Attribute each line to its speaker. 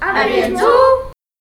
Speaker 1: A bientôt